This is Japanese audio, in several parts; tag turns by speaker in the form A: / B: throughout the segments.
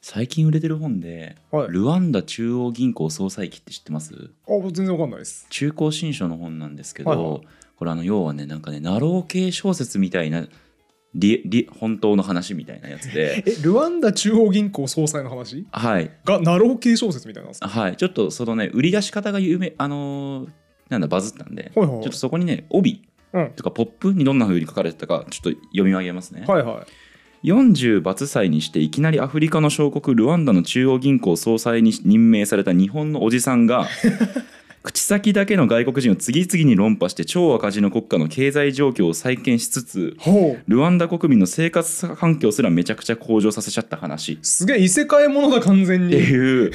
A: 最近売れてる本で、
B: はい
A: ルワンダ中央銀行総裁記って知ってます
B: あ全然わかんないです
A: 中高新書の本なんですけど、
B: はいはい
A: これあの要はねなんかねナロー系小説みたいなりり本当の話みたいなやつで
B: えルワンダ中央銀行総裁の話
A: はい
B: がナロー系小説みたいなんですか
A: はいちょっとそのね売り出し方が有名あのーなんだバズったんで、
B: はいはい
A: ちょっとそこにね帯
B: うん
A: とかポップにどんな風に書かれてたかちょっと読み上げますね、
B: はいはい
A: 40バツ歳にしていきなりアフリカの小国ルワンダの中央銀行総裁に任命された日本のおじさんが口先だけの外国人を次々に論破して超赤字の国家の経済状況を再建しつつ
B: ほう
A: ルワンダ国民の生活環境すらめちゃくちゃ向上させちゃった話っ
B: すげえ異世界ものだ完全
A: て
B: に
A: いう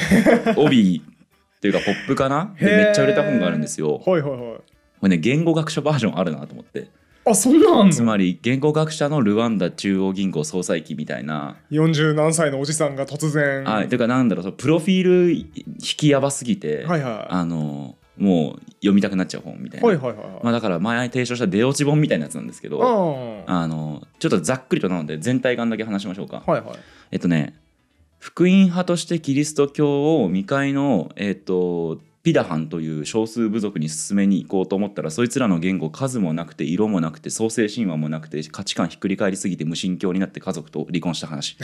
A: 帯っていうかポップかなで
B: へー
A: めっちゃ売れた本があるんですよ。
B: はいはいはい
A: これね言語学者バージョンあるなと思って
B: あそんなんあん
A: つ
B: の
A: まり言語学者のルワンダ中央銀行総裁期みたいな
B: 40何歳のおじさんが突然
A: はい、てかなんだろうそのプロフィール引きやばすぎて、
B: はいは
A: あのもう読みたくなっちゃう本みたい
B: い
A: な、
B: はいはいはいはい
A: まあ、だから前提唱した出落ち本みたいなやつなんですけど、
B: あ
A: あのちょっとざっくりとなので全体感だけ話しましょうか、
B: あはいはい
A: えっとね福音派としてキリスト教を未開の、えっと、ピダハンという少数部族に進めに行こうと思ったらそいつらの言語数もなくて色もなくて創世神話もなくて価値観ひっくり返りすぎて無神教になって家族と離婚した話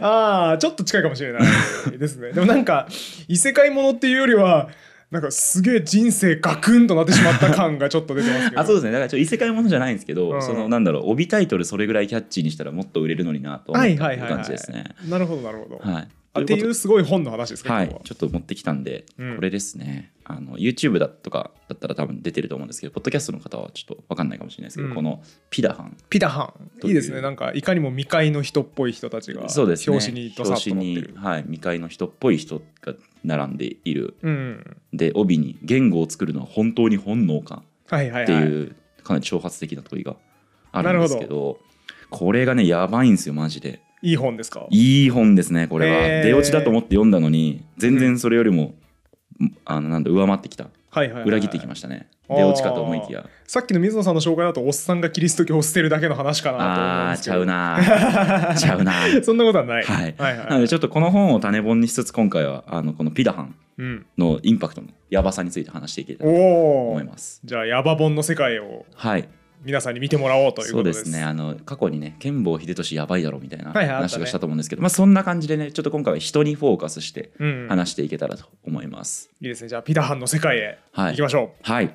B: ああちょっと近いかもしれないですねでもなんか異世界ものっていうよりはなんかすげえ人生ガクンとなってしまった感がちょっと出てますけど
A: あそうですねだからちょっと異世界ものじゃないんですけど、
B: うん
A: そのなんだろう帯タイトルそれぐらいキャッチーにしたらもっと売れるのになと思
B: は
A: ったっ
B: い
A: て
B: はい
A: い
B: は
A: う
B: い、は
A: 感
B: い
A: じですね。
B: なるほどなるほど、
A: はい
B: あってい
A: という
B: うすごい本の話です
A: こと
B: か、
A: は
B: 今
A: い、ちょっと持ってきたんで、
B: うん
A: これですねあの YouTube だとかだったら多分出てると思うんですけどポッドキャストの方はちょっと分かんないかもしれないですけど、
B: うん
A: このピダハン
B: ピダハン
A: とい
B: いういですねなんかいかにも未開の人っぽい人たちが
A: そうですね
B: 表紙にドサッと載って
A: 表
B: る
A: 紙に、はい、未開の人っぽい人が並んでいる
B: うん
A: で帯に「言語を作るのは本当に本能か」
B: はいはい
A: って
B: はい
A: いうかなり挑発的な問いがあるんですけどこれがねやばいんですよマジで。
B: いい本ですか
A: いい本ですねこれは、
B: へー
A: 出落ちだと思って読んだのに全然それよりも、あのなんだ上回ってきた
B: はいはいはい、
A: 裏切ってきましたね、
B: あー
A: 出落ちかと思いきや
B: さっきの水野さんの紹介だとおっさんがキリスト教を捨てるだけの話かなと思うん
A: あ
B: で
A: ー
B: す
A: ち
B: け
A: ゃ
B: ど
A: うなーちゃうなー
B: そんなことはない、
A: はい
B: はいはい
A: なのでちょっとこの本を種本にしつつ今回はあのこのピダハン
B: うん、
A: のインパクトのやばさについて話していけた
B: お
A: らと
B: お
A: 思い
B: ー
A: ます
B: じゃあヤバ本の世界を
A: はい
B: 皆さんに見てもらおうという
A: そ
B: こ
A: う
B: とで
A: ですすねあの過去にね剣坊秀俊やばいだろみたいな
B: はいはいあった
A: 話
B: ね
A: がしたと思うんですけど、まあそんな感じでねちょっと今回は人にフォーカスして
B: うん、い
A: 話していけたらと思います、
B: いですねじゃあピダハンの世界へ
A: はい
B: 行きましょう、
A: はい。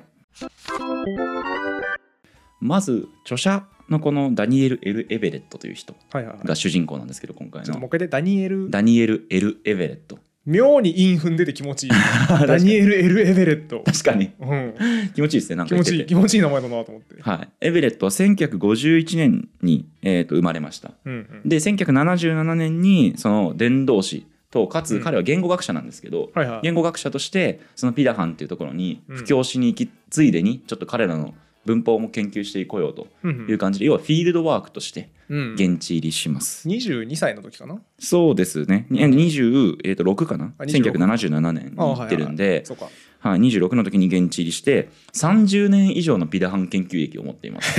A: まず著者のこのダニエル・エル・エベレットという人
B: はいはいはい
A: が主人公なんですけど今回
B: ちょっとも
A: の
B: う一回でダニエル
A: ダニエル・エル・エベレット
B: 妙に韻踏んでて気持ちい い
A: 確か
B: ダ
A: に
B: ニエル・エル・エベレット、
A: 確か に
B: うん、
A: 気持ちいいですねなん
B: 気
A: か言っ
B: 持
A: て
B: ちい
A: て
B: い気持ちいい名前だなと思って、
A: はい、エベレットは1951年に、えーと生まれました
B: うんうん、
A: で1977年にその伝道師とか
B: う
A: つ
B: ん
A: 彼は言語学者なんですけど、
B: はいはい
A: 言語学者としてそのピダハンっていうところに
B: うん
A: 布教しに行きついでにちょっと彼らの文法も研究していこうよと
B: うん
A: いう感じで要はフィールドワークとして
B: うんうん、
A: 現地入りします、
B: 22歳の時かな
A: そうですねに26、えーと6かな
B: あ26
A: 1977年に
B: あ
A: 行ってるんで、
B: そうか
A: はい26の時に現地入りして30年以上のピダハン研究歴を持っています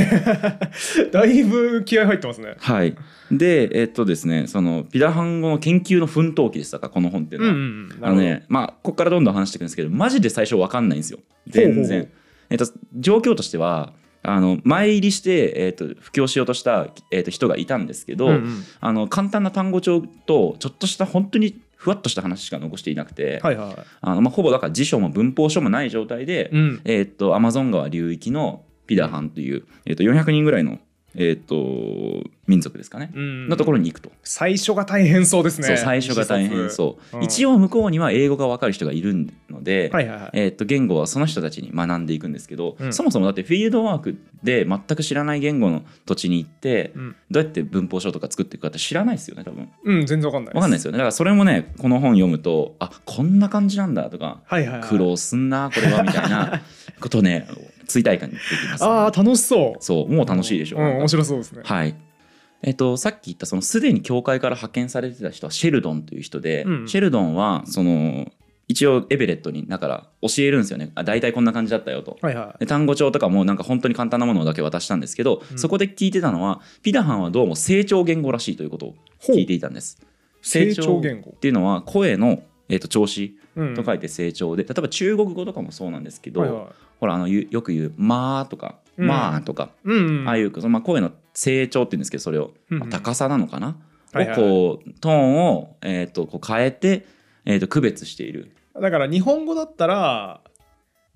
B: だいぶ気合入ってますね
A: はいでえっ、とですねそのピダハン語の研究の奮闘記でしたかこの本っていう
B: うん
A: の
B: う
A: は、
B: んうん
A: あのねまあここからどんどん話していくんですけどマジで最初分かんないんですよ全
B: ほうほう
A: 然
B: ほう
A: えっと状況としてはあの前入りして、えっと布教しようとした、えっと人がいたんですけど、
B: うんうん
A: あの簡単な単語帳とちょっとした本当にふわっとした話しか残していなくて、
B: はいはいはい
A: あのまあ、ほぼだから辞書も文法書もない状態で、
B: うん
A: えーっとアマゾン川流域のピダハンという、えーっと400人ぐらいの、えーっと民族ですかね、
B: うん
A: のところに行くと。
B: 最初が大変そうですね
A: そう最初が大変そう、
B: うん
A: 一応向こうには英語が分かる人がいるので、
B: はいはいはい
A: えーっと言語はその人たちに学んでいくんですけど、
B: うん
A: そもそもだってフィールドワークで全く知らない言語の土地に行って、
B: うん
A: どうやって文法書とか作っていくかって知らないですよね多分。
B: うん、全然わかんない
A: わかんないですよねだからそれもねこの本読むとあこんな感じなんだとか
B: はいはい、はい、
A: 苦労すんなこれはみたい なことね追体感できます、ね、
B: ああ楽しそう
A: そうもう楽しいでしょ、
B: うん、面白そうですね
A: はいえっと、さっき言ったそのすでに教会から派遣されてた人はシェルドンという人で、
B: うん
A: シェルドンはその一応エベレットにだから教えるんですよねあ大体こんな感じだったよと。
B: はいはい
A: で単語帳とかもなんか本当に簡単なものだけ渡したんですけど、
B: うん
A: そこで聞いてたのはピダハンはどうも成長言語らしいということを聞いていたんです。成
B: 成長
A: 長っ
B: 言語
A: ていうのは声の、えー、と調子
B: うん
A: と書いて成長で、例えば中国語とかもそうなんですけど、
B: はいはい
A: ほらあのゆよく言う「まあ」とか「
B: うん
A: まあ」とか、
B: うんうん
A: ああいう、そのまあ、声の成長っていうんですけどそれを、
B: うん
A: まあ高さなのかな、
B: はい
A: を
B: はい
A: こうトーンを、えー、とこう変えて、えー、と区別している。
B: だから日本語だったら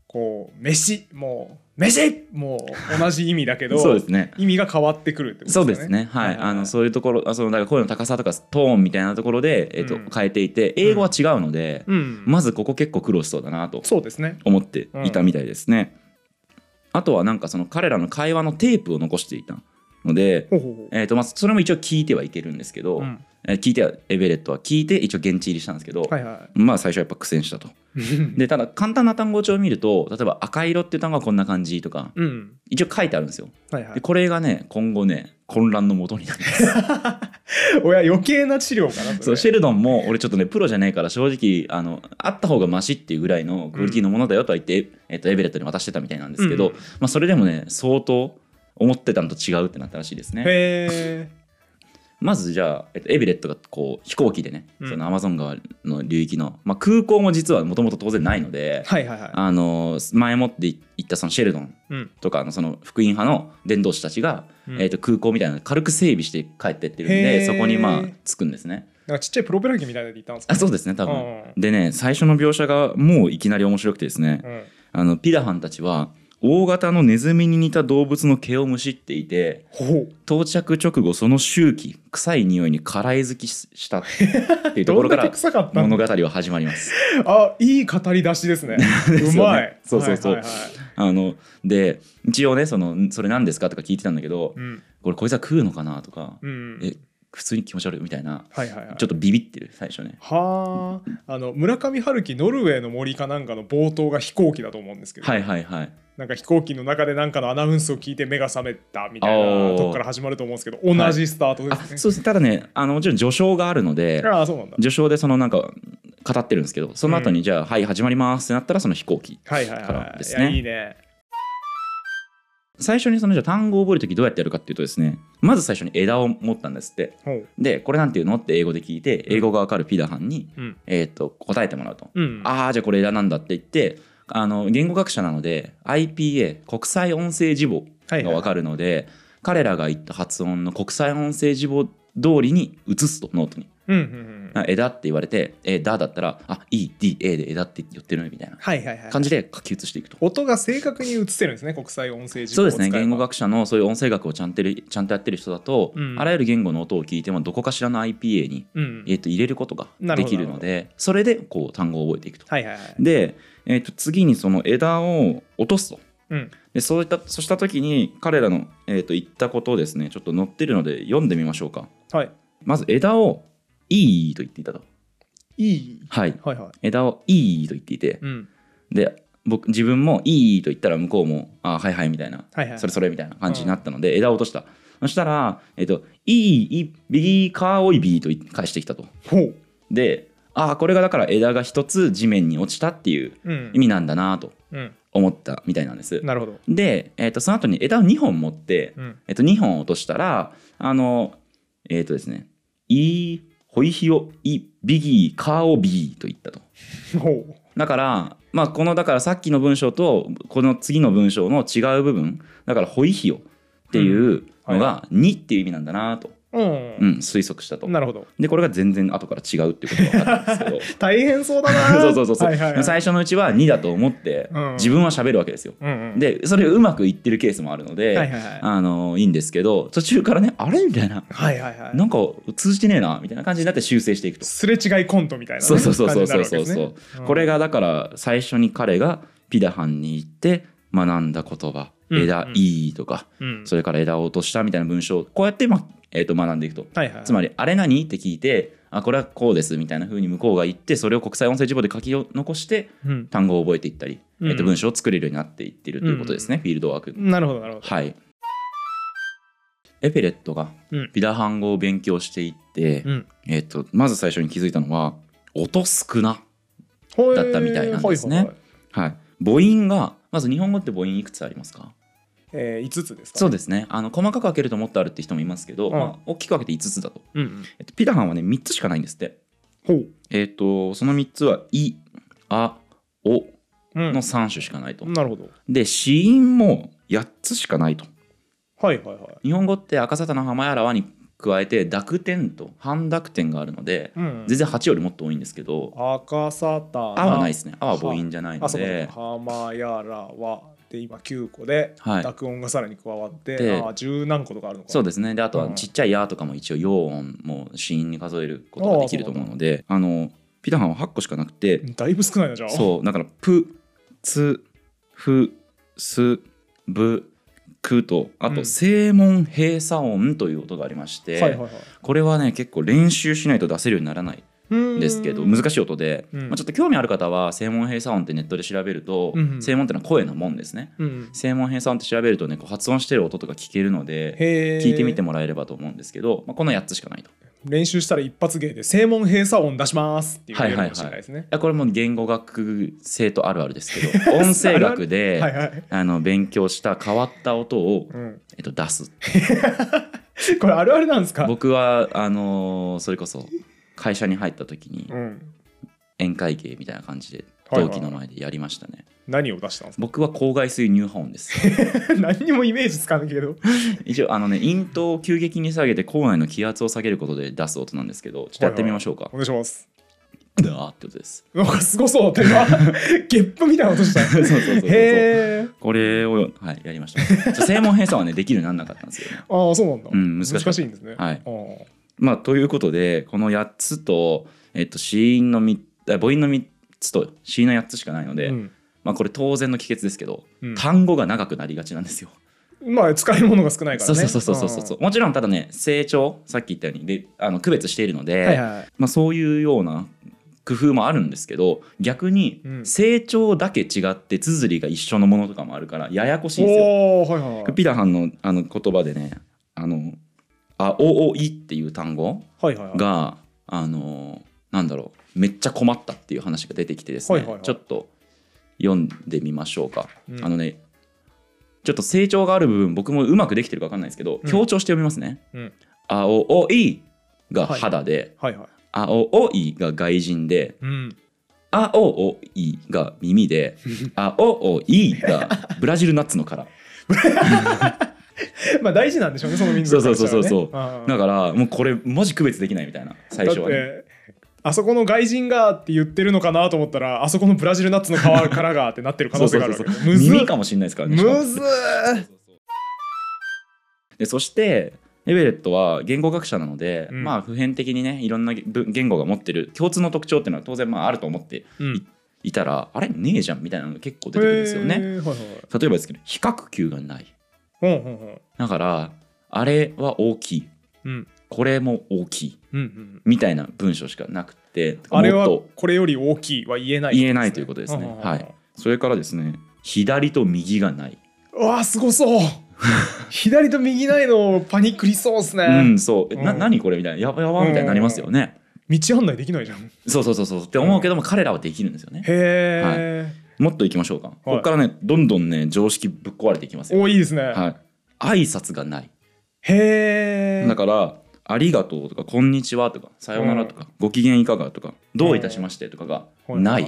B: こう飯もう飯もう同じ意味だけ ど
A: そうですね
B: 意味が変わってくるってこと
A: そうですね、はい、あのそういうところ、あそのだから声の高さとかトーンみたいなところで、えっ、と、
B: うん
A: 変えていて、英語は違うので、
B: うん、
A: まずここ結構苦労しそうだなと
B: そうですね
A: 思っていたみたいですね。あとはなんかその彼らの会話のテープを残していたので、
B: ほうほうほ
A: えっ、とまあそれも一応聞いてはいけるんですけど、
B: う、うん、
A: えー聞いてはエベレットは聞いて一応現地入りしたんですけど、
B: はいは
A: まあ最初はやっぱ苦戦したと。
B: い
A: でただ簡単な単語帳を見ると例えば赤色っていう単語はこんな感じとか
B: うん
A: 一応書いてあるんですよ。
B: はいは
A: で
B: い
A: これがね今後ね混乱のもとになる。
B: おや余計な治療かな
A: そうシ
B: れ
A: ェルドンも俺ちょっとねプロじゃないから正直あのあった方がマシっていうぐらいのクオリティのものだよとは言って、えっと、エベレットに渡してたみたいなんですけど、
B: うん
A: まあ、それでもね相当思ってたのと違うってなったらしいですね。
B: へえ
A: まずじゃあ、えっと、エベレットがこう飛行機でね、
B: うん
A: そのアマゾン川の流域の、まあ、空港も実はもともと当然ないので、
B: はいはいはい
A: あの前もって行ったそのシェルドン
B: うん
A: とかのその福音派の伝道師たちが、
B: うん
A: えっと、空港みたいなの軽く整備して帰ってってるん
B: へー
A: でそこにまあ着くんですね。
B: なんかちっちゃいプロペラ機みたいなので行ったんですか
A: あそうですね多分、
B: うん
A: でね最初の描写がもういきなり面白くてですね、
B: うん
A: あのピダハンたちは大型のネズミに似た動物の毛をむしっていて
B: ほう
A: 到着直後その周期臭い匂いに辛い好きしたっていうとこ
B: ど
A: ろ
B: ん
A: か
B: だけ
A: ら
B: 臭かった
A: 物
B: の
A: 語は始まります。
B: あいい語り出しですね
A: です
B: う
A: よ
B: ま
A: ね
B: い
A: そうそうそう
B: はいはいはい
A: あので一応ねその「それ何ですか?」とか聞いてたんだけど
B: うん
A: 「これこいつは食うのかな?」とか
B: うん
A: え「普通に気持ち悪い」みたいな
B: はいはいはい
A: ちょっとビビってる最初ね。
B: はああの村上春樹「ノルウェーの森」かなんかの冒頭が飛行機だと思うんですけど、
A: はいはいはい。
B: なんか飛行機の中でなんかのアナウンスを聞いて目が覚めたみたい
A: お
B: な
A: ー
B: とこから始まると思うんですけど同じスタート
A: あ
B: ですね。
A: そうですただねあのもちろん序章があるので
B: ああそうなんだ。
A: 序章でそのなんか語ってるんですけどその後にじゃあ、はい始まりますってなったらその飛行機
B: はいはい
A: から
B: は
A: で
B: い。い
A: すね
B: やいいね。
A: 最初にそのじゃあ単語を覚える時どうやってやるかっていうとですねまず最初に枝を持ったんですって
B: ほう。
A: でこれなんていうのって英語で聞いて英語がわかるピダハンに、
B: うん。
A: えー、と答えてもらうと、
B: うん。
A: ああじゃあこれ枝なんだって言ってあの言語学者なので IPA 国際音声字母
B: はい
A: がわかるので、彼らが言った発音の国際音声字母通りに移すとノートに
B: うんうんうん。
A: あ枝って言われて、えー、だだったら、あ、E、D、A で枝って言ってるねみたいな
B: はいはいはい
A: 感。じで書き写していくと。
B: 音が正確に映せるんですね国際音声字
A: そう
B: 幕を
A: ですね
B: 使えば
A: 言語学者のそういう音声学をちゃんとやるちゃんとやってる人だと、
B: うん
A: あらゆる言語の音を聞いてもどこかしらの IPA に、
B: うん
A: えー、と入れることが
B: な
A: で
B: るほど
A: きるのでそれでこう単語を覚えていくと。
B: はいはいはい。
A: で、えー、と次にその枝を落とすと。
B: うん。
A: でそういったそうした時に彼らの、えー、と言ったことをですねちょっと載ってるので読んでみましょうか。
B: はい。
A: まず枝を「いい」と言っていたと。
B: いい。
A: はい。
B: はいはい。
A: 枝を「いい」と言っていて、
B: うん。
A: で僕自分も「いい」と言ったら向こうも「あはいはい」みたいな
B: はいは
A: 「
B: い。
A: それそれ」みたいな感じになったので、枝を落としたそしたら「えっといいいビーカーおいビー」と言い返してきたと
B: ほう。
A: でああこれがだから枝が一つ地面に落ちたっていう
B: うん
A: 意。味なんだなと
B: うん。
A: 思ったみたいなんです
B: なるほど。
A: で、えっとその後に枝を2本持って、
B: うん。
A: えっと2本落としたらあのえっ、とですね「いいホイヒオイビギーカーオビー」と言ったと
B: ほう。
A: だから、まあ、このだからさっきの文章とこの次の文章の違う部分だから「ホイヒオ」っていうのが「に」っていう意味なんだなと、
B: う。
A: うんん、推測したと。
B: なるほど。
A: でこれが全然後から違うっていうことが分かったんですけど
B: 大変そうだな
A: そうそうそうそう、
B: はいはいはい
A: 最初のうちは「に」だと思って
B: うん
A: 自分は喋るわけですよ。
B: うんうん
A: でそれがうまくいってるケースもあるので、
B: はいはいはい
A: あのいいんですけど途中からね「あれ?」みたいな
B: はいはい
A: 「
B: はい
A: なんか通じてねえな」みたいな感じになって修正していくと。
B: すれ違いコントみたいなね
A: そうそうそうそうそう
B: 感じ
A: そう
B: になるわけ
A: そう
B: で、すね
A: これがだから最初に彼がピダハンに行って学んだ言葉「
B: うん
A: 枝いい」とか、
B: うん
A: それから「枝を落とした」みたいな文章をこうやって、まえー、と学んでいくと。
B: はいはい
A: つまり「あれ何?」って聞いて「あこれはこうです」みたいな風に向こうが言ってそれを国際音声字母で書き残して
B: うん
A: 単語を覚えていったり、
B: うん
A: えー、と文章を作れるようになっていってるということですね、フィールドワーク。
B: なるほどなるほど
A: はいエペレットが
B: うん
A: ピダハン語を勉強していって、
B: うん
A: えー、とまず最初に気づいたのは「音少な」
B: ほ
A: だったみたいなんですね
B: はいはいはい
A: はい、母音がまず日本語って母音いくつありますか
B: えー、5つですか、
A: そうですねあの細かく分けるともっとあるって人もいますけど、
B: うん
A: まあ、大きく分けて5つだと、
B: うんうん、
A: えっと、ピダハンはね3つしかないんですって
B: ほう、
A: えっ、とその3つは「い」「あ」「お」
B: うん、
A: の3種しかないと、
B: なるほど
A: で子音も8つしかないと
B: はいはいはい
A: 日本語って赤沙汰の浜やらわに加えて濁点と半濁点があるので
B: うんうん
A: 全然8よりもっと多いんですけど
B: 赤さた
A: 「あ」はないで
B: です
A: ね「あ」は母音じゃないの
B: あそう
A: で
B: かはまやらはで今9個で
A: はい
B: 濁音がさらに加わって、
A: で
B: ああ十何個とかあるのか
A: そう
B: で
A: ですねであとは
B: うん
A: ちっちゃい「や」とかも一応陽音も子音に数えることができると思うのであのピタハンは8個しかなくて
B: だいぶ少ないなじゃあ
A: そうだから「プ」「ツ」「フ」「ス」「ブ」「ク」とあ
B: う
A: と
B: ん
A: 正門閉鎖音という音がありまして、
B: はいはいはい
A: これはね結構練習しないと出せるようにならないんですけど難
B: しい
A: しい音で、
B: うん
A: まあ、ちょっと興味ある方は正門閉鎖音ってネットで調べると、
B: うんうん
A: 正門ってのは声のもんですね
B: うん
A: 正門閉鎖音って調べるとねこう発音してる音とか聞けるので
B: へ
A: 聞いてみて
B: も
A: もらえればと思うんですけど、まあ、この8つしかないと。い
B: 練習したら一発芸で正門閉鎖音出しますっていう
A: はい
B: か
A: はいはい
B: もしれないですね
A: やこれも言語学生とあるあるですけ ど音声学で、
B: はいはい
A: あの勉強した変わった音を、
B: うん、
A: えっと、出す
B: これあるあるなんですか、
A: 僕はあのーそれこそ会社に入った時に
B: うん、
A: 宴会芸みたいな感じで
B: はいは
A: 同
B: い
A: 期の前でやりましたね、
B: 何を出したんです
A: 僕は口外水入波音です
B: か 何にもイメージつかんけど
A: 一応あのね咽頭を急激に下げて口内の気圧を下げることで出す音なんですけどちょっとやってみましょうか、
B: お願いします
A: ダーって音です
B: なんかすごそう手がゲップみたいな音した
A: そうそうそうそう
B: へえ
A: これを、はい、やりましたちょ正門閉鎖はねできるようにならなかったんですよね
B: ああそうなんだ、
A: うん難しかった
B: んですね
A: はい
B: あー
A: まあ、ということでこの8つと、えっと、子音のみあ母音の3つと子音の8つしかないので、
B: うん
A: まあ、これ当然の帰結ですけど、
B: うん
A: 単語が長くなりがちなんですよ。
B: まあ使い物が少ないか
A: そ
B: ら
A: う
B: ね
A: そうそうそうそうそう、もちろんただね成長さっき言ったようにであの区別しているので、
B: んはいはい
A: まあ、そういうような工夫もあるんですけど逆に
B: うん
A: 成長だけ違って綴りが一緒のものとかもあるからややこしいんですよ。
B: おおはいはいはい
A: ピダハンのあの言葉でね「あのあおおい」っていう単語
B: はいはいはい
A: が、あのなんだろうめっちゃ困ったっていう話が出てきてですね、
B: はいはいはい
A: ちょっと読んでみましょうか、
B: うん
A: あのねちょっと成長がある部分僕もうまくできてるか分かんないですけど、
B: うん
A: 強調して読みますね
B: うん
A: 「あおおい」が肌で
B: はいはい
A: 「あおおい」が外人で
B: うん
A: 「あおおい」が耳 で「あおおい」がブラジルナッツの殻
B: まあ大事なんでしょうねその民族
A: そうそうそうそう
B: うだ
A: だからもうこれマジ区別できないみたいな最初
B: っ
A: はね。
B: てあそこの外人がって言ってるのかなと思ったらあそこのブラジルナッツの皮からがってなってる可能性があるわけ
A: そうそうそう
B: むずっ
A: 耳かもしれないですからねしかも
B: むずー
A: でそしてエベレットは言語学者なので、
B: うん
A: まあ普遍的にねいろんな言言語が持ってる共通の特徴っていうのは当然まああると思って
B: うん
A: いたらあれねえじゃんみたいなのが結構出てくるんですよね。
B: へーはいはい
A: 例えばですけど比較級がない
B: ほんほんほん
A: だからあれは大きい
B: うん
A: これも大きい
B: うんうん
A: みたいな文章しかなくて
B: あれは
A: もっと
B: これより大きいは言えない
A: 言えないということですね
B: んんん
A: はいそれからですね左と右がない、
B: うわあすごそう左と右ないのパニックりそうっすね、
A: うんそう、な
B: うん
A: 何これみたいなやばやばみたいになりますよね、
B: 道案内できないじゃんへ
A: そうそうそうそうって思うけども彼らはできるんですよね
B: え、
A: もっといきましょうか、ここからねどんどんね常識ぶっ壊れていきますよ、
B: おいいですね、
A: はい、挨拶がない、
B: へえ
A: だから「ありがとう」とか「こんにちは」とか「さようなら」とか「ご機嫌いかが」とか「どういたしまして」とかがな
B: はい
A: い、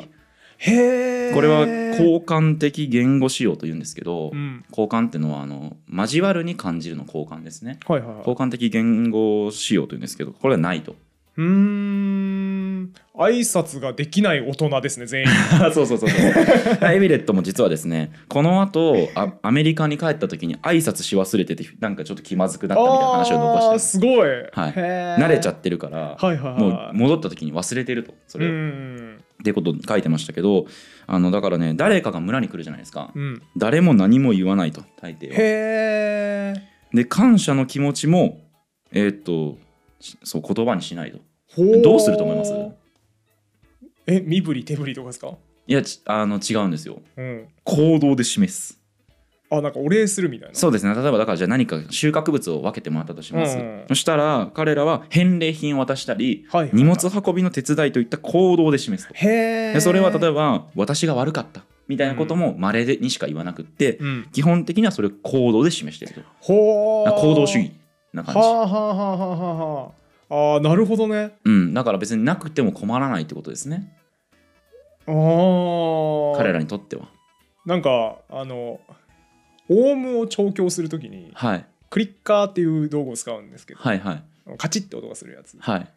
B: へえ
A: これは交換的言語仕様というんですけど、
B: うん
A: 交換ってのはあの交わるに感じるの交換ですね
B: はいはいはい
A: 交換的言語仕様というんですけどこれはない と
B: うーん挨拶ができない大人です ね全員
A: そう そうそうそうエビレットも実はですねこの後あアメリカに帰った時に挨拶し忘れててなんかちょっと気まずくなったみたいな話を残して
B: あーすごい、
A: はい
B: へー
A: 慣れちゃってるから、
B: はいはいはい
A: もう戻った時に忘れてるとそれを、
B: う
A: っ
B: ん
A: てこと書いてましたけどあのだからね誰かが村に来るじゃないですか、
B: うん
A: 誰も何も言わないと大抵は
B: へえ
A: で感謝の気持ちもえーっとしそう言葉にしないと
B: ほー
A: どうすると思います
B: え身振り手振りとかですか
A: いやちあの違うんですよ
B: うん
A: 行動で示す
B: あなんかお礼するみたいな
A: そうですね例えばだからじゃあ何か収穫物を分けてもらったとします、
B: うん
A: そしたら彼らは返礼品を渡したり
B: はいはいはい
A: 荷物運びの手伝いといった行動で示すと
B: へえ
A: でそれは例え
B: ば
A: ば私が悪かったみたいなことも稀でにしか言わなくって、
B: うん、
A: 基本的にはそれを行動で示してると
B: ほー
A: 行動主義な感
B: は
A: じ、
B: あはあはあはあはああーなるほどね
A: うん、だから別になくても困らないってことですね
B: あー
A: 彼らにとっては
B: なんかあのオウムを調教するときに
A: はい
B: クリッカーっていう道具を使うんですけど、
A: はいはい
B: カチッって音がするやつ
A: はい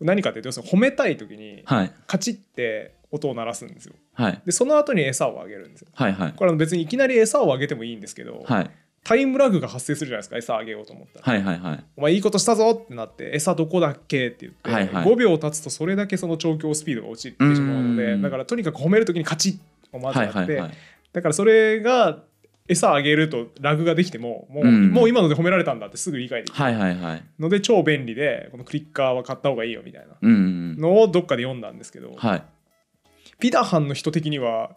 B: 何かっていうと要するに褒めたいときに
A: はい
B: カチッって音を鳴らすんですよ
A: はい
B: でその後に餌をあげるんですよ
A: はいはい
B: これは別にいきなり餌をあげてもいいんですけど、
A: はい
B: タイムラグが発生するじゃないですか餌あげようと思ったら、
A: はいはいはい
B: お前いいことしたぞってなって餌どこだっけって言って、
A: はいはい
B: 5秒経つとそれだけその調教スピードが落ちてしまうの
A: う
B: で
A: ん
B: だからとにかく褒めるときにカチッをまず
A: はい
B: やって、
A: はいはい
B: だからそれが餌あげるとラグができてももう,、
A: うん
B: もう今ので褒められたんだってすぐ理解できる
A: はいはいはい
B: ので超便利でこのクリッカーは買った方がいいよみたいな
A: うんうん
B: のをどっかで読んだんですけど、
A: はい
B: ピダハンの人的には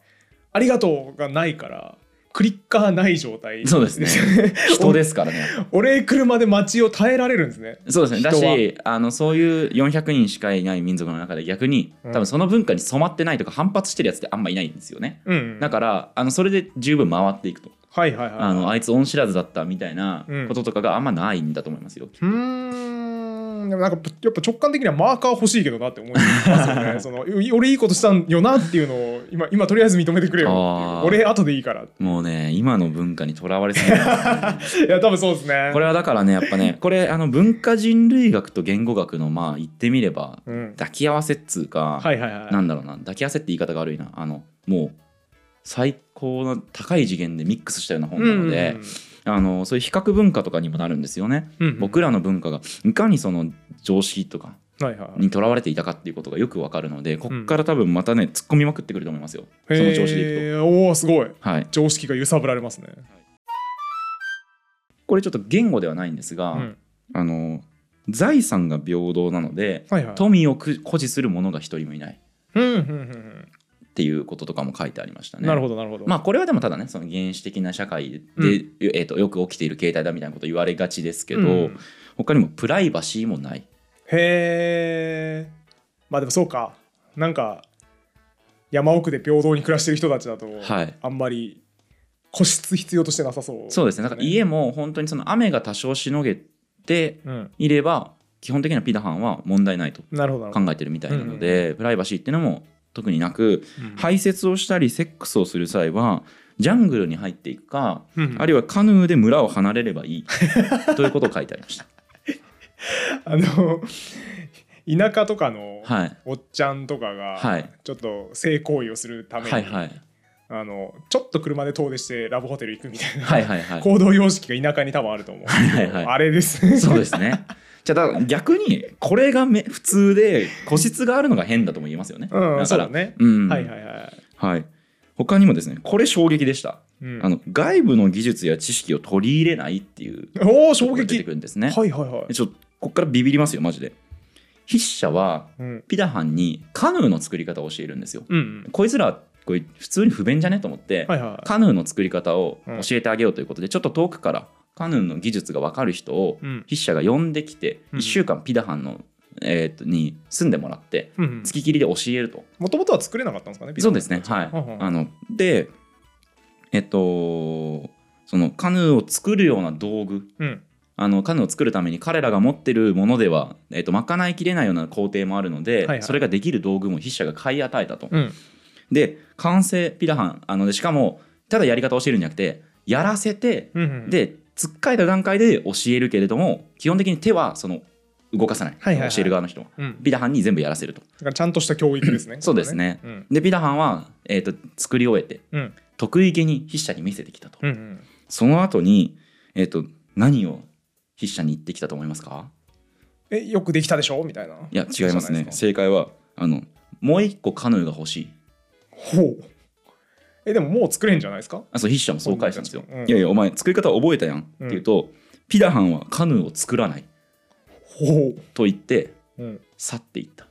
B: ありがとうがないからクリッカーない状態
A: そうですね 人ですからね
B: お礼来るまで街を耐えられるんですね
A: そうですねだ
B: 人は
A: しあのそういう400人しかいない民族の中で逆に
B: うん
A: 多分その文化に染まってないとか反発してるやつってあんまいないんですよね
B: うん
A: だからあのそれで十分回っていくと
B: はいはいはい
A: あのあいつ恩知らずだったみたいな
B: うん
A: こととかがあんまないんだと思いますよ、
B: うーんでもなんかやっぱ直感的にはマーカー欲しいけどなって思い ますよねそのい俺いいことしたんよなっていうのを今今とりあえず認めてくれよっていう
A: あー
B: 俺後でいいから
A: もうね今の文化にとらわれ すぎてますね
B: いや多分そうですね
A: これはだからねやっぱ ねこれあの文化人類学と言語学のまあ言ってみれば
B: うん、
A: 抱き合わせっつうか、
B: はいはいはい
A: なんだろうな抱き合わせって言い方が悪いなあのもう最高の高い次元でミックスしたような本なので、あのそういう比較文化とかにもなるんですよね、
B: うんうん、
A: 僕らの文化がいかにその常識とか
B: はいはいはい
A: にとらわれていたかっていうことがよくわかるのでこっから多分またね突っ込みまくってくると思いますよその調子でいく
B: へーおおすごい
A: と。はい、
B: 常識が揺さぶられますね
A: これちょっと言語ではないんですが、
B: うん
A: あの財産が平等なので
B: はいはい
A: 富をく誇示する者が一人もいない
B: うんうんうん
A: っていうこととかも書いてありました
B: うん
A: ね。
B: なるほどなるほど
A: まあこれはでもただねその原始的な社会で、
B: うん
A: えー、とよく起きている形態だみたいなこと言われがちですけど、
B: うん
A: 他にもプライバシーもない
B: へえまあでもそうかなんか山奥で平等に暮らしてる人たちだと、
A: はい
B: あんまり個室必要としてなさそう
A: そうですねだから家も本当にその雨が多少しのげて
B: うん
A: いれば基本的にはピダハンは問題ないと
B: なるほどなるほ
A: 考えてるみたいなので、プライバシーっていうのも特になく
B: ど、うん、
A: 排泄をしたりセックスをする際はジャングルに入っていくか、
B: うんうん
A: あるいはカヌーで村を離れればいいということを書いてありま した。
B: あの田舎とかの
A: はい、
B: おっちゃんとかが、
A: はい
B: ちょっと性行為をするために、
A: はいはい
B: あのちょっと車で遠出してラブホテル行くみたいな、
A: はいはいはい
B: 行動様式が田舎に多分あると思うんですけど、
A: はいはいはい
B: あれ です
A: そうですね。じゃあだから逆にこれがめ普通で個室があるのが変だとも言えますよね。
B: うん
A: だ
B: そ
A: から
B: うだね
A: うん
B: はいはいはい、
A: はい他にもですねこれ衝撃でした、
B: うん
A: あの外部の技術や知識を取り入れないっていう
B: お
A: とこ
B: お衝
A: ろが出て
B: 撃
A: くるんですね。
B: はいはいはい
A: でちょっとこっからビビりますよマジで。筆者は
B: うん
A: ピダハンにカヌーの作り方を教えるんですよ。
B: うんうん
A: こいつらこれ普通に不便じゃねと思って、
B: はいはい
A: カヌーの作り方を教えてあげようということで、ちょっと遠くからカヌーの技術が分かる人を
B: うん
A: 筆者が呼んできて、
B: うん
A: 1週間ピダハンの、えーとに住んでもらって
B: うん
A: 付ききりで教えると、
B: もともとは作れなかったんですかね
A: そうですねはい、
B: うんうん
A: あのでえっとそのカヌーを作るような道具
B: うん
A: あのカヌーを作るために彼らが持ってるものでは、えっと、賄いきれないような工程もあるので、
B: はいはい
A: それができる道具も筆者が買い与えたと、
B: うん
A: で完成ピラハンあのでしかもただやり方を教えるんじゃなくてやらせて
B: うんうん
A: でつっかえた段階で教えるけれども基本的に手はその動かさない,、
B: はいはいはい
A: 教える側の人は
B: うん
A: ピダハンに全部やらせると
B: だからちゃんとした教育ですね
A: そうですね
B: うん
A: でピダハンは、えー、と作り終えて
B: うん
A: 得意げに筆者に見せてきたと、
B: うんうん
A: その後にえっ、と何を筆者に言ってきたと思いますか
B: えよくできたでしょみたいない
A: や違います
B: そうじゃない
A: ね
B: ですか
A: 正解はあのもう一個カヌーが欲しい
B: ほうえでももう作れんじゃないですか
A: あそう筆者もそう返したんですよ、
B: うん
A: いやいやお前作り方覚えたやんって言うと、ピダハンはカヌーを作らない
B: ほ
A: と言って
B: う、うん、
A: 去っていった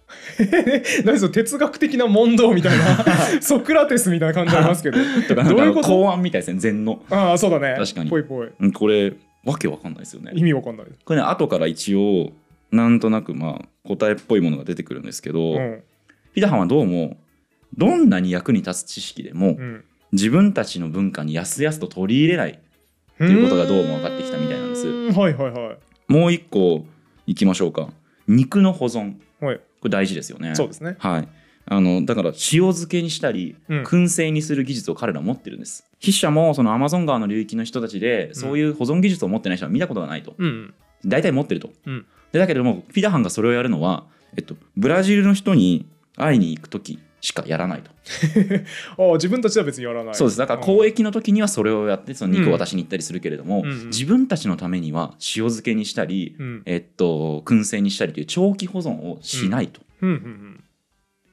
B: 何その哲学的な問答みた いなソクラテスみたいな感じありますけど
A: とかなん
B: どう
A: か
B: い
A: あ
B: うこ
A: の
B: と
A: 考案みたいですね禅の
B: ああそうだね
A: 確かに
B: ぽいぽい
A: うんこれわけわかんないですよ
B: 意
A: ね。
B: 味わかんない
A: これね後から一応なんとなくまあ答えっぽいものが出てくるんですけど、
B: うん
A: ピダハンはどうもどんなに役に立つ知識でも
B: うん
A: 自分たちの文化にやすやすと取り入れない
B: て
A: いうことがどうも分かってきたみたいなんです
B: はいはいは
A: もう一個いきましょうか肉の保存
B: いはい
A: これ大事ですよね
B: そうですね
A: はいあのだから塩漬けにしたり、
B: うん
A: 燻製にする技術を彼ら持ってるんです筆者もそのアマゾン川の流域の人たちでそういう保存技術を持ってない人は見たことがないと、
B: うん
A: 大体持ってると、
B: うん
A: でだけれどもフィダハンがそれをやるのは、えっと、ブラジルの人に会いに行く時しかやらないと、
B: ああ自分たちは別にやらない
A: そうですだから
B: う
A: 交易の時にはそれをやってその肉を渡しに行ったりするけれども、
B: うんうん
A: 自分たちのためには塩漬けにしたり、
B: うん
A: えっと、燻製にしたりという長期保存をしないと、
B: うんうん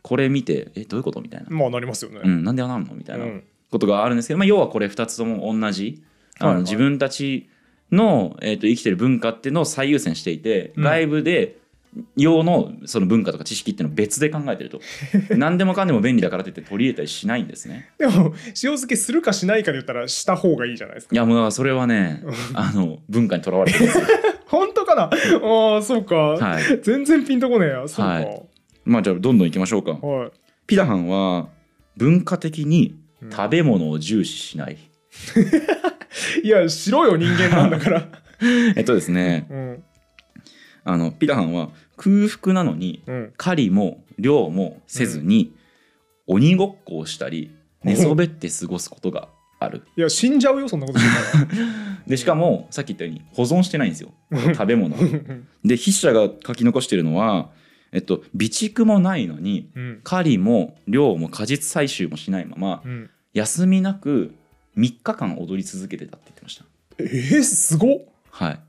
A: これ見てえどういうことみたいな
B: う、んまあなりますよね
A: うん、なんであなんのみたいな
B: うん
A: ことがあるんですけど、まあ、要はこれ2つとも同じあの、
B: はいはい
A: 自分たちの、えー、と生きてる文化っていうのを最優先していて、
B: うん
A: 外部で用のその文化とか知識っていうのを別で考えて ると何でもかんでも便利だからといって取り入れたりしないんですね
B: でも塩漬けするかしないかで言ったらした方がいいじゃないですか
A: いやもうだからそれはねあの文化にとらわれてるん ですよ、
B: 本当かなああそうか、
A: はい
B: 全然ピンとこねえやそうか、
A: は
B: はいい
A: まあじゃあどんどんいきましょうかピダハンは文化的に
B: うん
A: 食べ物を重視しない、
B: い、やしろよ人間なんだから、
A: えっとですね
B: うん
A: あのピダハンは空腹なのに
B: うん、
A: 狩りも漁もせずに、鬼ごっこをしたり寝そべって過ごすことがある
B: いや死んじゃうよそんなことしてたら
A: でしかもさっき言ったように保存してないんですよ食べ物を
B: うん
A: で筆者が書き残してるのは、えっと、備蓄もないのに
B: うん
A: 狩りも漁も果実採集もしないまま
B: うん
A: 休みなく3日間踊り続けてたって言ってました
B: えー、すごっ
A: はい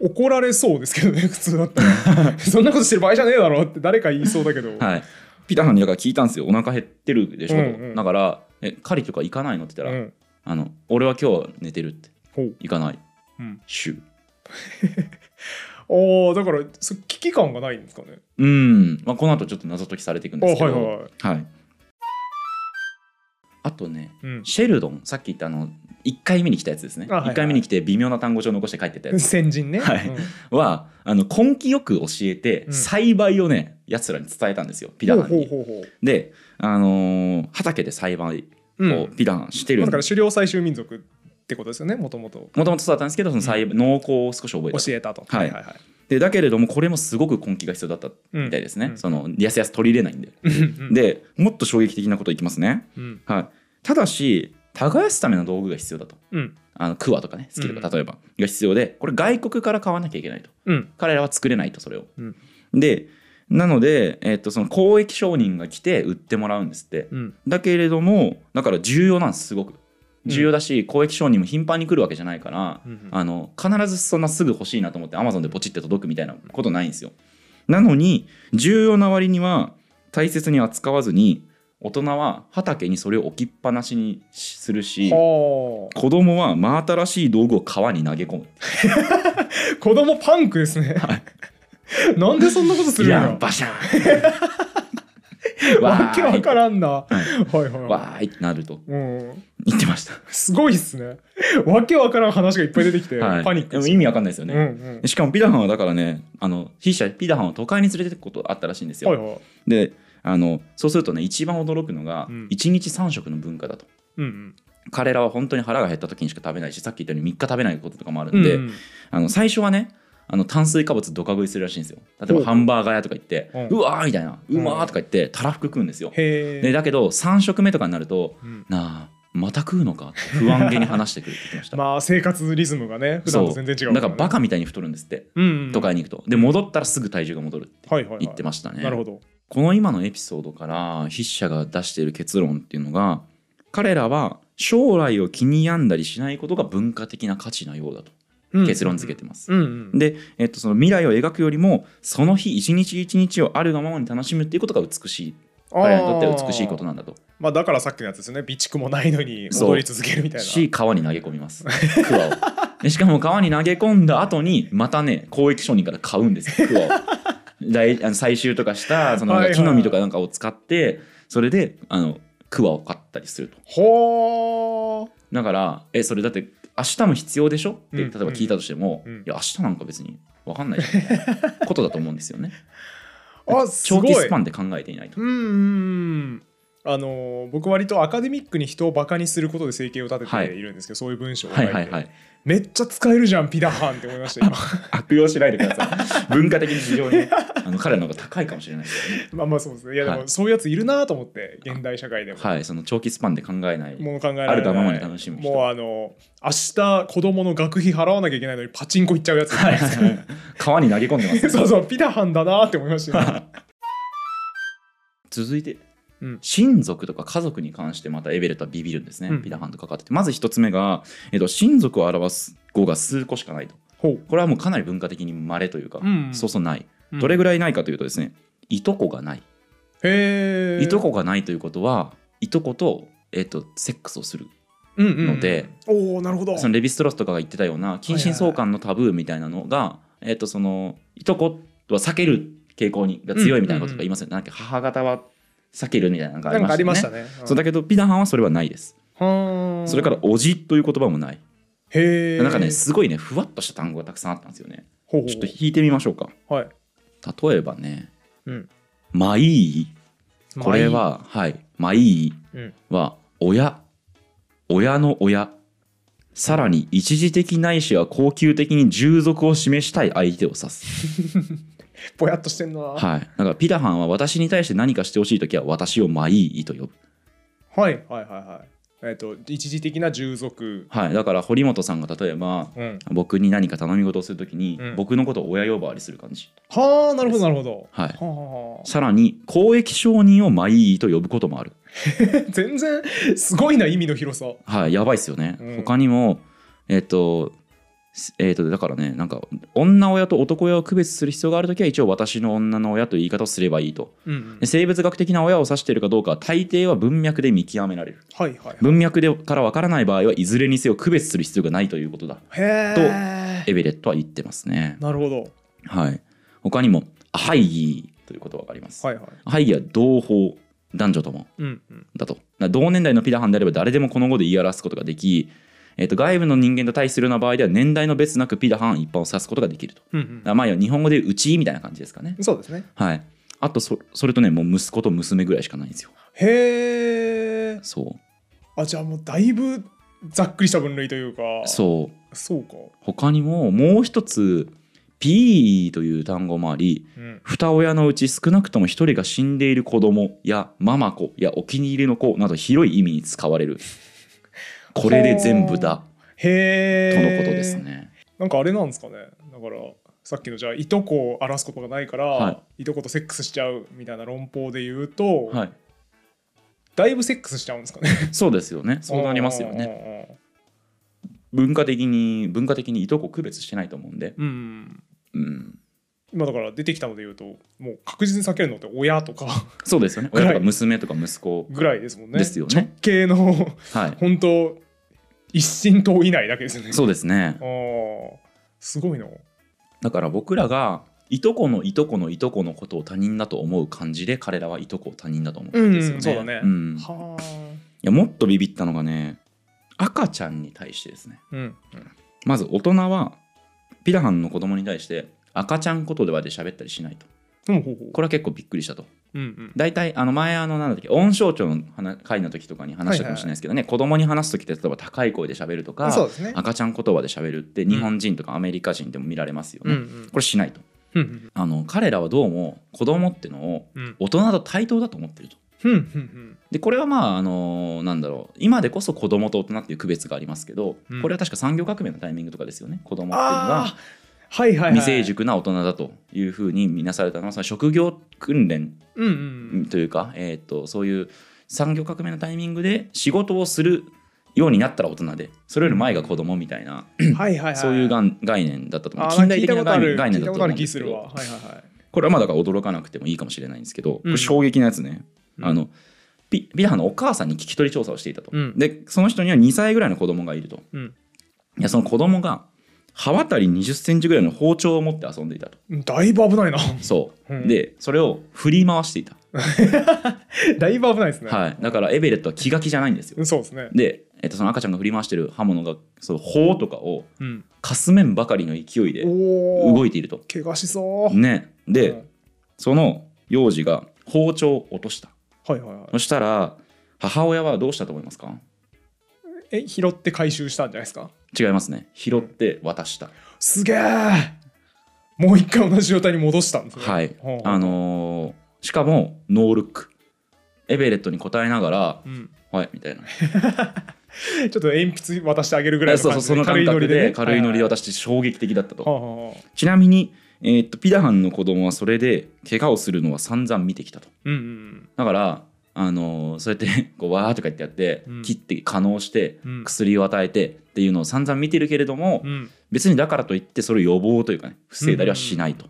B: 怒られそうですけどね 普通だったら そんなことしてる場合じゃねえだろって誰か言いそうだけど、
A: はいピタハンにだから聞いたんですよお腹減ってるでしょと、
B: うんうん
A: だからえ狩りとか行かないのって言った
B: う
A: ら、
B: ん、
A: あの俺は今日は寝てるって
B: ほう、
A: 行かない
B: うん、
A: 週
B: ああだからそ危機感がないんですかね
A: うん、まあ、この後ちょっと謎解きされていくんですけど、
B: あはいはいはい
A: あとね
B: うん
A: シェルドンさっき言ったあの1回目に来たやつですね、
B: あはいはい
A: 1回目に来て微妙な単語帳残して帰ってたやつ
B: 先人ね
A: はい
B: うん
A: はあの根気よく教えて
B: うん
A: 栽培をねやつらに伝えたんですよピダハン
B: ほう
A: に。
B: ほうほうほう
A: で、あのー畑で栽培
B: うん
A: をピダハンしてる
B: まあ
A: ん
B: だ
A: で
B: から狩猟採集民族ってことですよねもともと
A: もともとそうだったんですけどその栽培農耕を少し覚えた
B: 教えたと
A: はい
B: はいはい
A: でだけれどもこれもすごく根気が必要だったみたいですね、
B: うん
A: そのやすやす取り入れないんで。
B: で、
A: でもっと衝撃的なこといきますね。
B: うん
A: はい、ただし耕すための道具が必要だと
B: うん
A: あのクワとかねスキルとか
B: う
A: 例えば、が必要でこれ外国から買わなきゃいけないと
B: うん
A: 彼らは作れないとそれを、
B: うん
A: でなので、えっとその交易商人が来て売ってもらうんですって
B: うん
A: だけれどもだから重要なんですすごく重要だし、交易商人も頻繁に来るわけじゃないから、
B: うん
A: あの必ずそんなすぐ欲しいなと思ってアマゾンでポチって届くみたいなことないんですよなのに重要な割には大切に扱わずに大人は畑にそれを置きっぱなしにするし
B: はあ
A: 子供は真新しい道具を川に投げ込む
B: 子供パンクですね
A: は
B: なんでそんなことする
A: い
B: の
A: や
B: よ
A: バシャー
B: わけわからんなは
A: はい
B: はい
A: ーい
B: は
A: わーいってなると
B: いうん
A: 言ってました、
B: すごいっすねわけわからん話がいっぱい出てきて
A: はい、
B: パニック
A: で
B: で
A: も
B: す
A: 意味わかんないですよ
B: うん
A: ね、
B: うん
A: しかもピダハンはだからねあの筆者ピダハンを都会に連れてくことあったらしいんですよ、
B: はいはい
A: であのそうするとね一番驚くのが、
B: うん
A: 一日三食の文化だと
B: うん
A: 彼らは本当に腹が減った時にしか食べないしさっき言ったように3日食べないこととかもある
B: うん
A: んで、
B: うん
A: あの最初はねあの炭水化物ドカ食いするらしいんですよ例え
B: ほう
A: ばハンバーガー屋とか行って「
B: う
A: うんわー」みたいな「
B: ん
A: うまー」とか言ってたらふく食うんですよ、
B: へ
A: で
B: え
A: だけど3食目とかになると
B: うん
A: 「なあまた食うのか」って不安げに話してくるって言ってました、
B: まあ生活リズムがね普段と全然違う
A: だからバ
B: カ
A: カみたいに太るんですって都
B: と
A: 会に行くとで戻ったらすぐ体重が戻るって
B: はいはいはい
A: 言ってましたね、
B: なるほど
A: この今のエピソードから筆者が出している結論っていうのが彼らは将来を気に病んだりしないことが文化的な価値なようだと
B: うん
A: 結論付けてます。
B: うんうん
A: で、えっと、その未来を描くよりもその日一日一日をあるがままに楽しむっていうことが美しい彼らにとっては美しいことなんだと
B: まあだからさっきのやつですよね備蓄もないのに
A: そう
B: 踊り続けるみたいな
A: し川に投げ込みます クワをでしかも川に投げ込んだ後にまたね交易商人から買うん ですよクワを大あの採集とかしたそのなんか木の実とかなんかを使ってそれであのクワを買ったりすると
B: ほー
A: だからえそれだって明日も必要でしょって
B: うん
A: 例えば聞いたとしても、
B: うん
A: いや明日なんか別に分かんないじゃんみた いなことだと思うんですよね
B: あす
A: 長
B: ご
A: 期
B: い
A: スパンで考えていないと
B: うんうんうんあのー僕割とアカデミックに人をバカにすることで生計を立て
A: はい
B: ているんですけど、そういう文章を書
A: は
B: いて、
A: いはいはい
B: めっちゃ使えるじゃんピダハンって思い ました今
A: 悪用しないでください 文化的に非常にあの彼の方が高いかもしれないですけどね
B: まあまあそうですねいやで
A: はい
B: もそういうやついるなと思って現代社会でも、
A: はいその長期スパンで考えない
B: もう考えられない
A: あるがままに楽しむ人
B: もうあのー明日子供の学費払わなきゃいけないのにパチンコ行っちゃうやつじゃないですか、
A: 川に投げ込んでますね
B: そうそうピダハンだなって思いまし た、ね、
A: 続いて、
B: うん
A: 親族とか家族に関してまたエベレットはビビるんですね、
B: うん
A: ピダハンとかかっててまず一つ目が、えっと、親族を表す語が数個しかないと
B: ほう
A: これはもうかなり文化的に稀というか、
B: うん
A: そうそうない
B: うん
A: どれぐらいないかというとですねいとこがない、
B: へえ
A: いとこがないということはいとこと,、えっとセックスをするの
B: の
A: で、
B: おおなるほど
A: そのレヴィストロスとかが言ってたような近親相関のタブーみたいなのが、えっとそのいとこは避ける傾向にが強いみたいなことが言いますよね、なんか母方は避けるみたいなのが
B: なんかあ
A: あ
B: り
A: り
B: ま
A: ま
B: し
A: したたね
B: ね。
A: そうだけどピダハンはそれはないです。
B: はー
A: それからおじという言葉もない。
B: へえ。
A: なんかねすごいねふわっとした単語がたくさんあったんですよね。
B: ほうほう
A: ちょっと引いてみましょうか。
B: はい。
A: 例えばね
B: うん。
A: 「まいい」これは「はい、まいい
B: うん」
A: は「親」「親の親」さらに一時的ないしは恒久的に従属を示したい相手を指す。
B: ぼやっとしてんな。は
A: はい。だからピダハンは私に対して何かしてほしいときは私をまいいと呼ぶ。
B: いはいはいはい。えっと一時的な従属。
A: はい。だから堀本さんが例えば
B: うん。
A: 僕に何か頼み事をするときに、
B: うん
A: 僕のことを親呼ばわりする感じ。
B: はあなるほどなるほど。
A: はい
B: はあはあ
A: さらに公益承認をマイーと呼ぶこともある。
B: 全然すごいな意味の広さ。
A: はい、やばいっすよね。
B: うん
A: 他にも、えっ、と、すえっとだからねなんか女親と男親を区別する必要があるときは一応私の女の親という言い方をすればいいと
B: うんうん
A: で。生物学的な親を指しているかどうかは大抵は文脈で見極められる
B: はいはい。
A: 文脈でからわからない場合はいずれにせよ区別する必要がないということだ
B: へえ。
A: エベレットは言ってますね
B: なるほど。
A: はい他にも「ハイギー」という言葉があります、
B: はいはい。
A: ハイギーは同胞男女とも
B: うんうん。
A: だと。だ同年代のピダハンであれば誰でもこの語で言い表すことができ、えっと外部の人間と対するような場合では年代の別なくピダハン一般を指すことができると。
B: うん
A: まあ要は日本語でうちみたいな感じですかね
B: う。ん。そうですね。
A: はい。あとそそれとねもう息子と娘ぐらいしかないんですよ。
B: へえ。
A: そ
B: あじゃあもうだいぶざっくりした分類というか。
A: う。そう。
B: う。そうか。
A: 他にももう一つ P という単語もあり、
B: うん。
A: 二親のうち少なくとも一人が死んでいる子供やママ子やお気に入りの子など広い意味に使われる。これで全部だと
B: へえ。
A: のことですね。
B: なんかあれなんですかねだからさっきのじゃあいとこを荒らすことがないから、、
A: はい
B: とことセックスしちゃうみたいな論法で言うと、
A: はい。
B: だいぶセックスしちゃうんですかね
A: そうですよね。 そうなりますよね。
B: ね
A: 文化的に文化的にいとこ区別してないと思うんで、
B: うんうん
A: うん、
B: 今だから出てきたので言うともう確実に避けるのって親とか
A: そうですよね。
B: ぐらい
A: 親とか娘とか息子
B: ぐらいですもんね
A: ですよね。
B: 系の
A: はい。
B: 本当一神党以内だけですよね
A: そうですね。
B: ああすごいな
A: だから僕らがいとこのいとこのいとこのことを他人だと思う感じで、彼らはいとこを他人だと思うんですよね。
B: うんそうだね
A: んい
B: はあ
A: やもっとビビったのがね、赤ちゃんに対してですね。
B: うん
A: まず大人はピラハンの子供に対して赤ちゃん言葉で喋ったりしないと。
B: うんほうほう
A: これは結構びっくりしたと。
B: うんうん
A: 大体あの前あのなんだっけ音象徴の話会の時とかに話したかもしれないですけどね、子供に話す時って例えば高い声で喋るとか、
B: そうですね
A: 赤ちゃん言葉で喋るって日本人とかアメリカ人でも見られますよ
B: うん
A: ね、
B: うん
A: これしないと
B: うん
A: あの彼らはどうも子供ってのを
B: うんうん
A: 大人と対等だと思ってると
B: うんうんうん
A: でこれはまああのなんだろう今でこそ子供と大人っていう区別がありますけど、
B: うん
A: これは確か産業革命のタイミングとかですよね子供っていうのが
B: ああはいはいはい
A: 未成熟な大人だというふうに見なされたのはその職業訓練
B: うんうん
A: というか、えー、とそういう産業革命のタイミングで仕事をするようになったら大人でそれより前が子供みたいな、
B: うん、はいはいはい
A: そういうがん概念だったと思
B: あ
A: う
B: ー
A: 近代的な概念
B: 聞
A: 概
B: い
A: 念
B: た
A: だ
B: こと
A: 思
B: とあ
A: う
B: る
A: んで
B: 気
A: す
B: す
A: け
B: るわ
A: ど
B: はいはいはい
A: これはまあだから驚かなくてもいいかもしれないんですけど、こ
B: うん
A: れ衝撃のやつね、
B: うん
A: あのピピラハのお母さんに聞き取り調査をしていたと、
B: うん
A: でその人には2歳ぐらいの子供がいると
B: うん
A: いやその子供が刃渡り2 0ンチぐらいの包丁を持って遊んでいたと
B: だいぶ危ないな
A: そう、
B: うん
A: でそれを振り回していた、
B: だいぶ危ないですね
A: はい、だからエベレットは気が気じゃないんですよ
B: そうですね
A: で、えっと、その赤ちゃんが振り回してる刃物がそう砲とかを
B: うん
A: かすめんばかりの勢いで
B: おお
A: 動いていると。
B: 怪我しそう
A: ね、で、
B: うん
A: その幼児が包丁を落とした
B: はいはいはい
A: そしたら母親はどうしたと思いますか
B: え拾って回収したんじゃないですか
A: 違いますね拾って渡した、
B: すげえもう一回同じ状態に戻したんですね
A: はい
B: ほう
A: あのーしかもノールックエベレットに答えながら
B: うん、
A: 「はい」みたいな
B: ちょっと鉛筆渡してあげるぐらいの
A: そう
B: 感
A: そう
B: じで
A: その感覚で軽いノリで
B: 渡し
A: 私衝撃的だったと、
B: はあはあはあ
A: ちなみに、えーっとピダハンの子供はそれで怪我をするのは散々見てきたと
B: うんうん
A: だからあのーそうやって こうわーとか言ってやって、
B: うん
A: 切って可能して
B: うん
A: 薬を与えてっていうのを散々見てるけれども、
B: うんうん
A: 別にだからといってそれを予防というかね防いだりはしないと、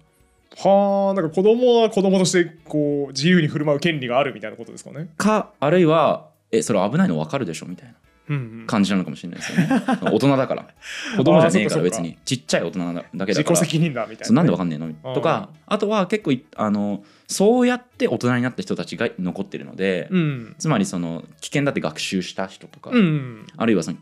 B: はあなんか子供は子供としてこう自由に振る舞う権利があるみたいなことですかね
A: かあるいはえそれ危ないの分かるでしょみたいな
B: うんうん
A: 感じなのかもしれないですよね 大人だから子供じゃねえか
B: あーそっかそっから
A: 別にちっちゃい大人だけだ
B: 自
A: から
B: 己責任だみたい
A: そうな
B: な、
A: んで
B: ね、
A: わかんねえのとかあとは結構いあのそうやって大人になった人たちが残ってるので、
B: うん
A: つまりその危険だって学習した人とか、
B: うんうん
A: あるいはその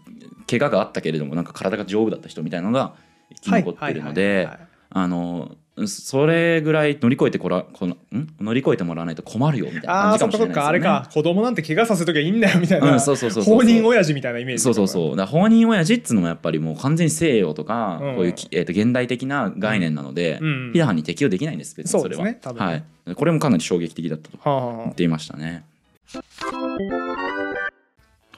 A: 怪我があったけれどもなんか体が丈夫だった人みたいなのが生き残ってるので
B: はいはいはいはい
A: あのそれぐらい乗り越えてこらこのん乗り越えてもらわないと困るよみたいな
B: あ
A: 感
B: あ
A: じか
B: そっ
A: も
B: か
A: し
B: そ
A: れ
B: っ
A: ないですよね。
B: かあれか子供なんて怪我させときゃいいんだよみたいな、
A: うんそうそうそうそう
B: 放任親父みたいなイメージ
A: そうそうそうだから放任親父っつうのはやっぱりもう完全に西洋とか、
B: うん
A: こういうき、えー、と現代的な概念なので、
B: うんうん
A: ピダハンに適用できないんです別にそれは
B: そうですね多分ね
A: はい、これもかなり衝撃的だったと
B: はあはあ
A: 言っていましたね。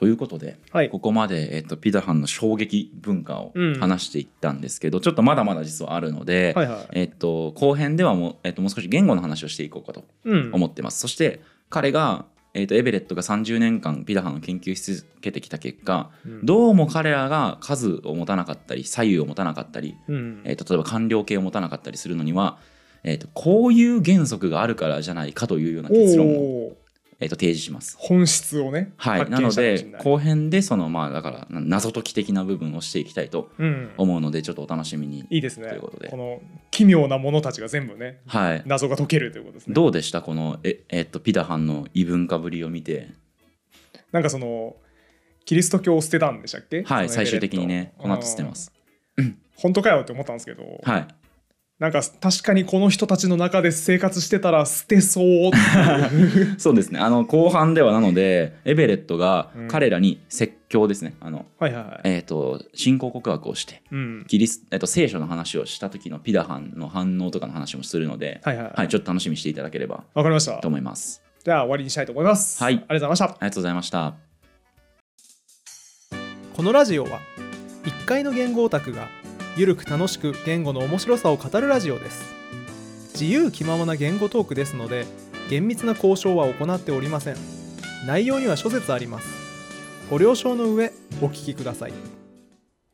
A: ということで、
B: はい
A: ここまで、えっとピダハンの衝撃文化を
B: うん
A: 話していったんですけど、ちょっとまだまだ実はあるので、
B: はいはい
A: えっと後編ではもう,、えっともう少し言語の話をしていこうかと
B: うん
A: 思ってます。そして彼が、えっとエベレットが30年間ピダハンを研究し続けてきた結果
B: うん
A: どうも彼らが数を持たなかったり左右を持たなかったり、
B: うん
A: えっと例えば官僚系を持たなかったりするのには、えっとこういう原則があるからじゃないかというような結論を、
B: おー
A: えっと提示します。
B: 本質をね
A: はい、
B: 発
A: な
B: 見
A: の
B: したかもし
A: で
B: れない
A: 後編でそのまあだからな謎解き的な部分をしていきたいと
B: うん
A: 思うのでちょっとお楽しみに。
B: いいですね
A: ということで
B: この奇妙なものたちが全部ね
A: はい、
B: 謎が解けるということですね
A: どうでしたこのえ、えっとピダハンの異文化ぶりを見て、
B: なんかそのキリスト教を捨てたんでしたっけ
A: はい、
B: その
A: 最
B: エベレ
A: 終
B: ット
A: 的にねこの後捨てます。
B: うん本当かよって思ったんですけど、
A: はい、
B: なんか確かにこの人たちの中で生活してたら捨てそう っていう
A: そうですねあの後半ではなのでエベレットが
B: うん
A: 彼らに説教ですね、あの
B: はいはいはい、
A: えっと信仰告白をして
B: うん、
A: キリス、えっと聖書の話をした時のピダハンの反応とかの話もするので、
B: はいはいはい
A: はい、ちょっと楽しみにしていただければ
B: わかりました
A: と思います。
B: じゃあ終わりにしたいと思います
A: はい
B: ありがとうございました
A: ありがとうございました。
B: このラジオは1階の言語オタクがゆるく楽しく言語の面白さを語るラジオです自由気ままな言語トークですので厳密な交渉は行っておりません内容には諸説ありますご了承の上お聞きください